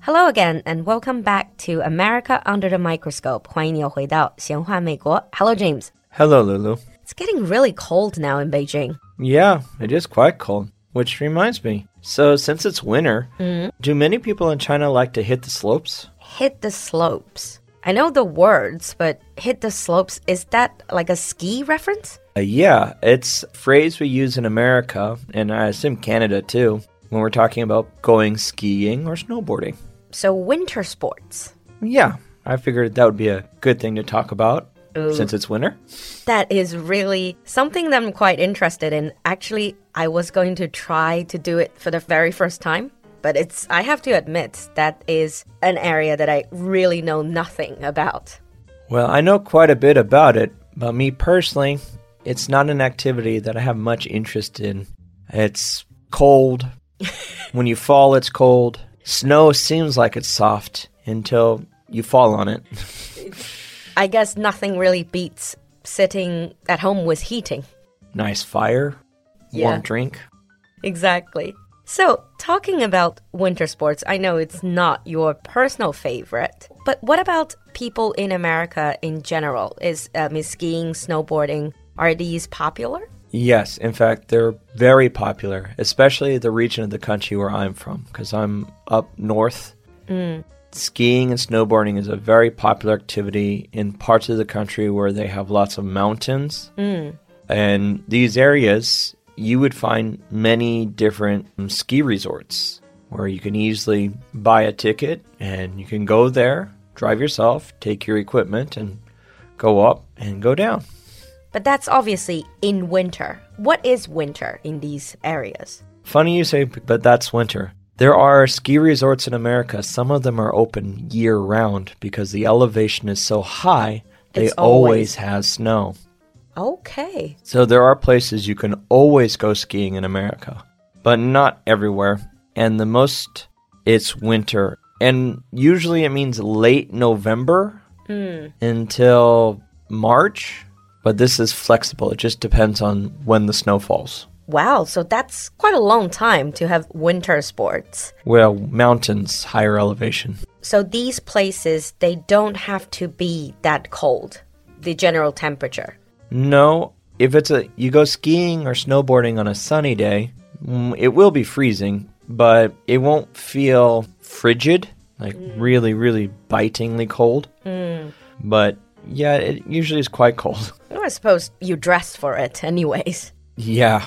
Hello again and welcome back to America Under the Microscope. 欢迎你又回到闲话美国. Hello, James. Hello, Lulu. It's getting really cold now in Beijing. Yeah, it is quite cold, which reminds me. So, since it's winter, do many people in China like to hit the slopes? Hit the slopes. I know the words, but hit the slopes, is that like a ski reference? Uh, yeah, it's a phrase we use in America, and I assume Canada too, when we're talking about going skiing or snowboarding. So, winter sports. Yeah, I figured that would be a good thing to talk about Ooh. since it's winter. That is really something that I'm quite interested in. Actually, I was going to try to do it for the very first time, but it's I have to admit that is an area that I really know nothing about. Well, I know quite a bit about it, but me personally, it's not an activity that I have much interest in. It's cold. when you fall, it's cold. Snow seems like it's soft until you fall on it. I guess nothing really beats sitting at home with heating. nice fire, Yeah. warm drink. Exactly. So, talking about winter sports, I know it's not your personal favorite, but what about people in America in general? Is, um, is skiing, snowboarding, are these popular? Yes, in fact, they're very popular, especially the region of the country where I'm from, because I'm up north. Skiing and snowboarding is a very popular activity in parts of the country where they have lots of mountains. And these areas, you would find many different um, ski resorts where you can easily buy a ticket and you can go there, drive yourself, take your equipment, and go up and go down. But that's obviously in winter. What is winter in these areas? Funny you say, but that's winter. There are ski resorts in America. Some of them are open year round because the elevation is so high, they It's always- always have snow. Okay. So there are places you can always go skiing in America, but not everywhere. And the most, it's winter. And usually it means late November Hmm. until March, but this is flexible. It just depends on when the snow falls. Wow, so that's quite a long time to have winter sports. Well, mountains, higher elevation. So these places, they don't have to be that cold, the general temperature. No, if it's a you go skiing or snowboarding on a sunny day, mm, it will be freezing, but it won't feel frigid, like really really bitingly cold. But yeah, it usually is quite cold. I suppose you dress for it, anyways. Yeah.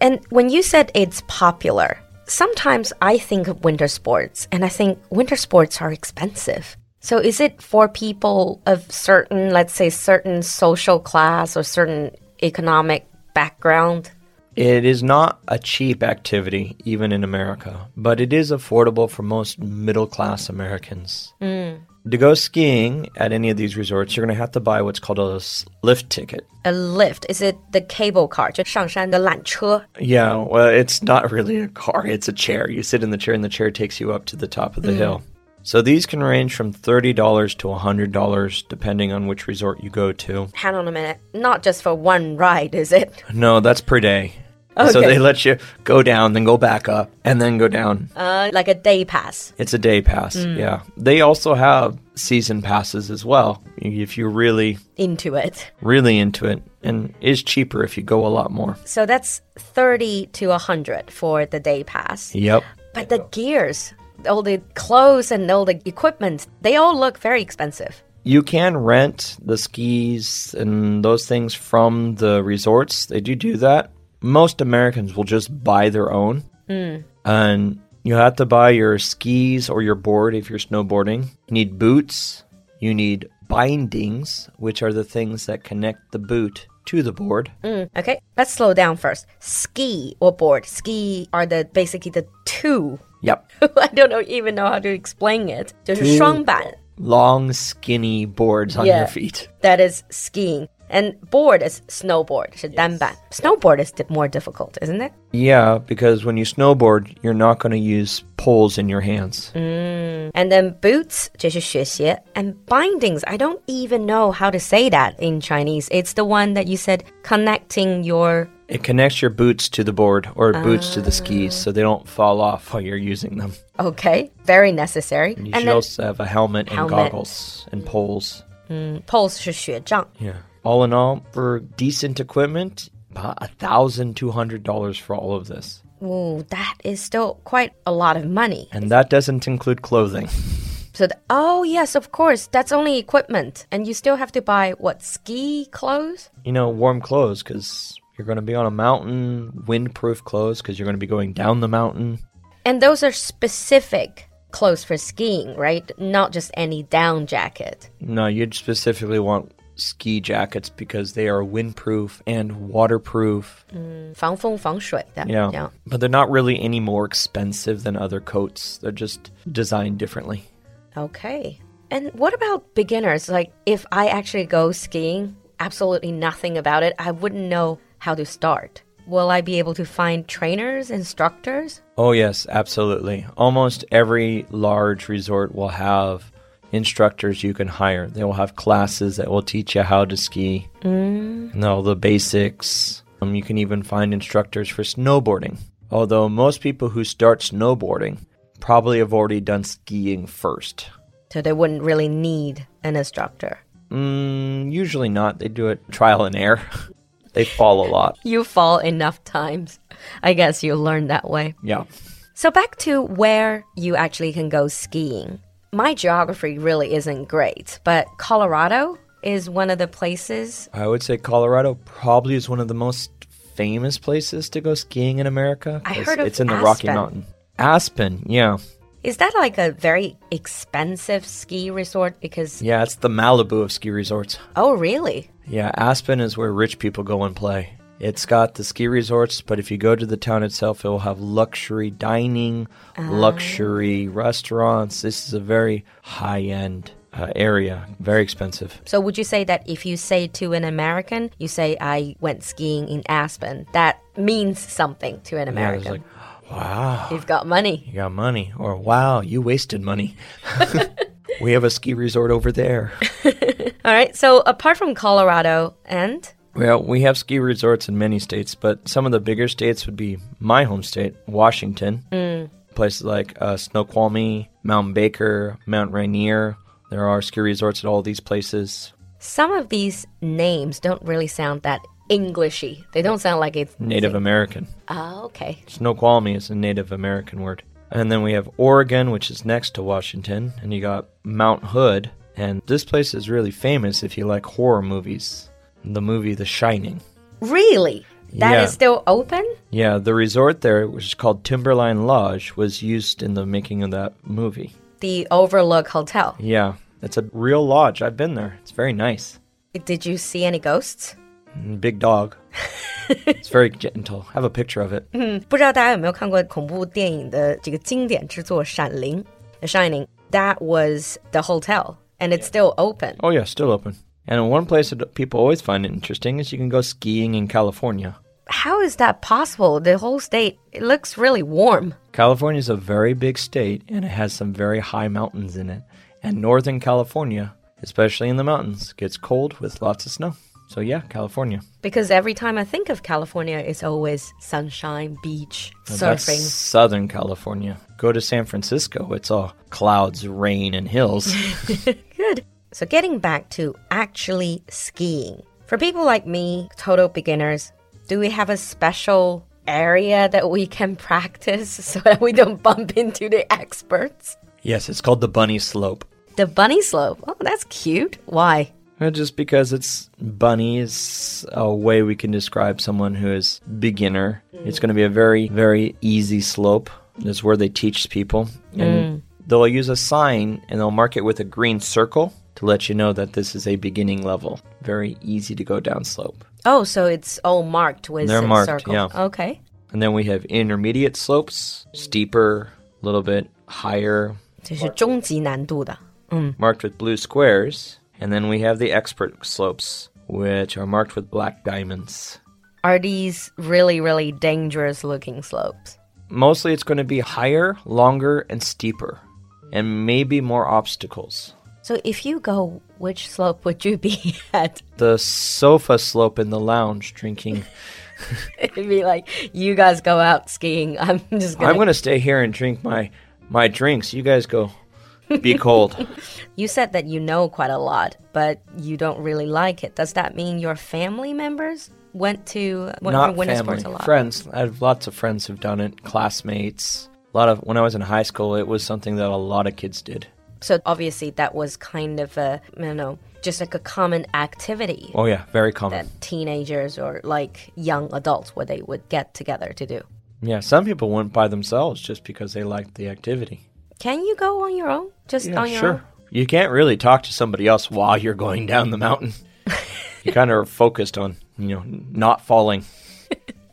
And when you said it's popular, sometimes I think of winter sports and I think winter sports are expensive. So is it for people of certain, let's say, certain social class or certain economic background? It is not a cheap activity, even in America, but it is affordable for most middle class Americans. To go skiing at any of these resorts, you're going to have to buy what's called a s- lift ticket. A lift, is it the cable car? 就上山的缆车? Yeah, well, it's not really a car, it's a chair. You sit in the chair, and the chair takes you up to the top of the hill. So these can range from $30 to $100, depending on which resort you go to. Hang on a minute. Not just for one ride, is it? No, that's per day. So Okay. they let you go down, then go back up, and then go down. Uh, like a day pass. It's a day pass. Yeah. They also have season passes as well if you're really, Into it. really into it and is cheaper if you go a lot more. So that's 30 to 100 for the day pass. Yep. But the gears, all the clothes and all the equipment, they all look very expensive. You can rent the skis and those things from the resorts. They do do that. Most Americans will just buy their own. And you have to buy your skis or your board if you're snowboarding. You need boots. You need bindings, which are the things that connect the boot to the board. Mm, Okay, let's slow down first. Ski or board. Ski are the basically the two. Yep. I don't know, even know how to explain it. 就是 Two. 双板, long, skinny boards on Yeah. your feet. that is skiing. And board is snowboard, 是单板. Snowboard is di- more difficult, isn't it? Yeah, because when you snowboard, you're not going to use poles in your hands. And then boots, 这是雪鞋, and bindings. I don't even know how to say that in Chinese. It's the one that you said connecting your It connects your boots to the board or boots to the skis so they don't fall off while you're using them. Okay, very necessary. You and should then also have a helmet, Helmet. and goggles and poles. poles 是学障. Yeah. All in all, for decent equipment, about $1,200 for all of this. Ooh, that is still quite a lot of money. And that doesn't include clothing. So, the, oh yes, of course, that's only equipment, and you still have to buy what ski clothes. You know, warm clothes because you're going to be on a mountain, windproof clothes because you're going to be going down the mountain. And those are specific clothes for skiing, right? Not just any down jacket. No, you'd specifically want ski jackets because they are windproof and waterproof. 防风防水的, Yeah. yeah. But they're not really any more expensive than other coats. They're just designed differently. Okay. And what about beginners? Like, if I actually go skiing, absolutely nothing about it, I wouldn't know how to start. Will I be able to find trainers, instructors? Oh, yes, absolutely. Almost every large resort will have instructors you can hire. They will have classes that will teach you how to ski mm. and all the basics. Um, you can even find instructors for snowboarding. Although most people who start snowboarding probably have already done skiing first. So they wouldn't really need an instructor. Mm, usually not. They do it trial and error. they fall a lot. You fall enough times. I guess you learn that way. Yeah. So, back to where you actually can go skiing. My geography really isn't great, but Colorado is one of the places. I would say Colorado probably is one of the most famous places to go skiing in America. I It's- heard of it's in the Rocky Aspen. Mountain. Aspen, yeah. Is that like a very expensive ski resort? Because, Yeah, it's the Malibu of ski resorts. oh, really? Yeah, Aspen is where rich people go and play. It's got the ski resorts, but if you go to the town itself, it will have luxury dining, Ah. luxury restaurants. This is a very high end uh, area, very expensive. So, would you say that if you say to an American, you say, I went skiing in Aspen, that means something to an Yeah, it's American? like, "Ah." wow. You've got money. You got money, or wow, you wasted money. we have a ski resort over there. All right. So, apart from Colorado and Well, we have ski resorts in many states, but some of the bigger states would be my home state, Washington. Places like uh, Snoqualmie, Mount Baker, Mount Rainier. There are ski resorts at all these places. some of these names don't really sound that Englishy. They don't sound like it's Native American. Oh, okay. Snoqualmie is a Native American word. And then we have Oregon, which is next to Washington, and you got Mount Hood. And this place is really famous if you like horror movies. The movie The Shining. Really? That is Yeah. still open? Yeah, the resort there, which is called Timberline Lodge, was used in the making of that movie. The Overlook Hotel. Yeah, it's a real lodge. I've been there. It's very nice. Did you see any ghosts? And Big dog. it's very gentle. I have a picture of it. 不知道大家有没有看过恐怖电影的这个经典之作《闪灵》The Shining. That was the hotel and it's still open. Oh, yeah, still open. And one place that people always find it interesting is you can go skiing in California. How is that possible? The whole state it looks really warm. California is a very big state and it has some very high mountains in it. And Northern California, especially in the mountains, gets cold with lots of snow. So, yeah, California. Because every time I think of California, it's always sunshine, beach, Now, that's surfing. Southern California. Go to San Francisco, it's all clouds, rain, and hills. Good. So, getting back to actually skiing. For people like me, total beginners, do we have a special area that we can practice so that we don't bump into the experts? yes, it's called the Bunny Slope. The bunny slope. Oh, that's cute. Why? Uh, Just because it's bunny is a way we can describe someone who is beginner. It's going to be a very, very easy slope. It's where they teach people. And they'll use a sign and they'll mark it with a green circle to let you know that this is a beginning level. Very easy to go down slope. Oh, so it's all marked with They're a marked, circle. yeah. Okay. And then we have intermediate slopes, steeper, a little bit higher, 这是终极难度的。 marked with blue squares. And then we have the expert slopes, which are marked with black diamonds. Are these really, really dangerous looking slopes? Mostly it's going to be higher, longer, and steeper, and maybe more obstacles. So, if you go, which slope would you be at? The sofa slope in the lounge drinking It'd be like, you guys go out skiing. I'm just I'm going to. gonna stay here and drink my my drinks. You guys go be cold. You said that you know quite a lot, but you don't really like it. Does that mean your family members went to went to Not winter family, sports a lot? friends. I have lots of friends who've done it. Classmates. A lot of when I was in high school, it was something that a lot of kids did. So obviously that was kind of a, I don't know, just like a common activity Oh yeah, very common. that teenagers or like young adults where they would get together to do. Yeah, some people went by themselves just because they liked the activity. Can you go on your own? Just Yeah, on your own? sure. You can't really talk to somebody else while you're going down the mountain. you kind of are focused on, you know, not falling.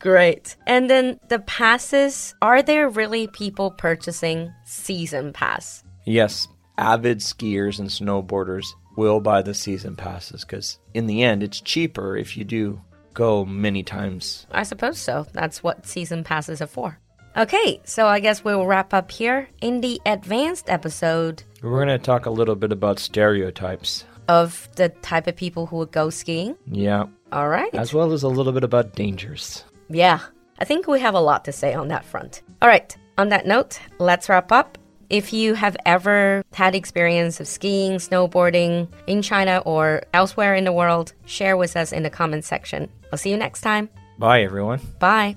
Great. And then the passes, are there really people purchasing season pass? Yes, avid skiers and snowboarders will buy the season passes because in the end, it's cheaper if you do go many times. I suppose so. That's what season passes are for. Okay, so I guess we'll wrap up here. In the advanced episode We're going to talk a little bit about stereotypes. of the type of people who would go skiing. Yeah, All right. as well as a little bit about dangers. Yeah, I think we have a lot to say on that front. All right, on that note, let's wrap up. If you have ever had experience of skiing, snowboarding in China or elsewhere in the world, share with us in the comment section. I'll see you next time. Bye, everyone. Bye.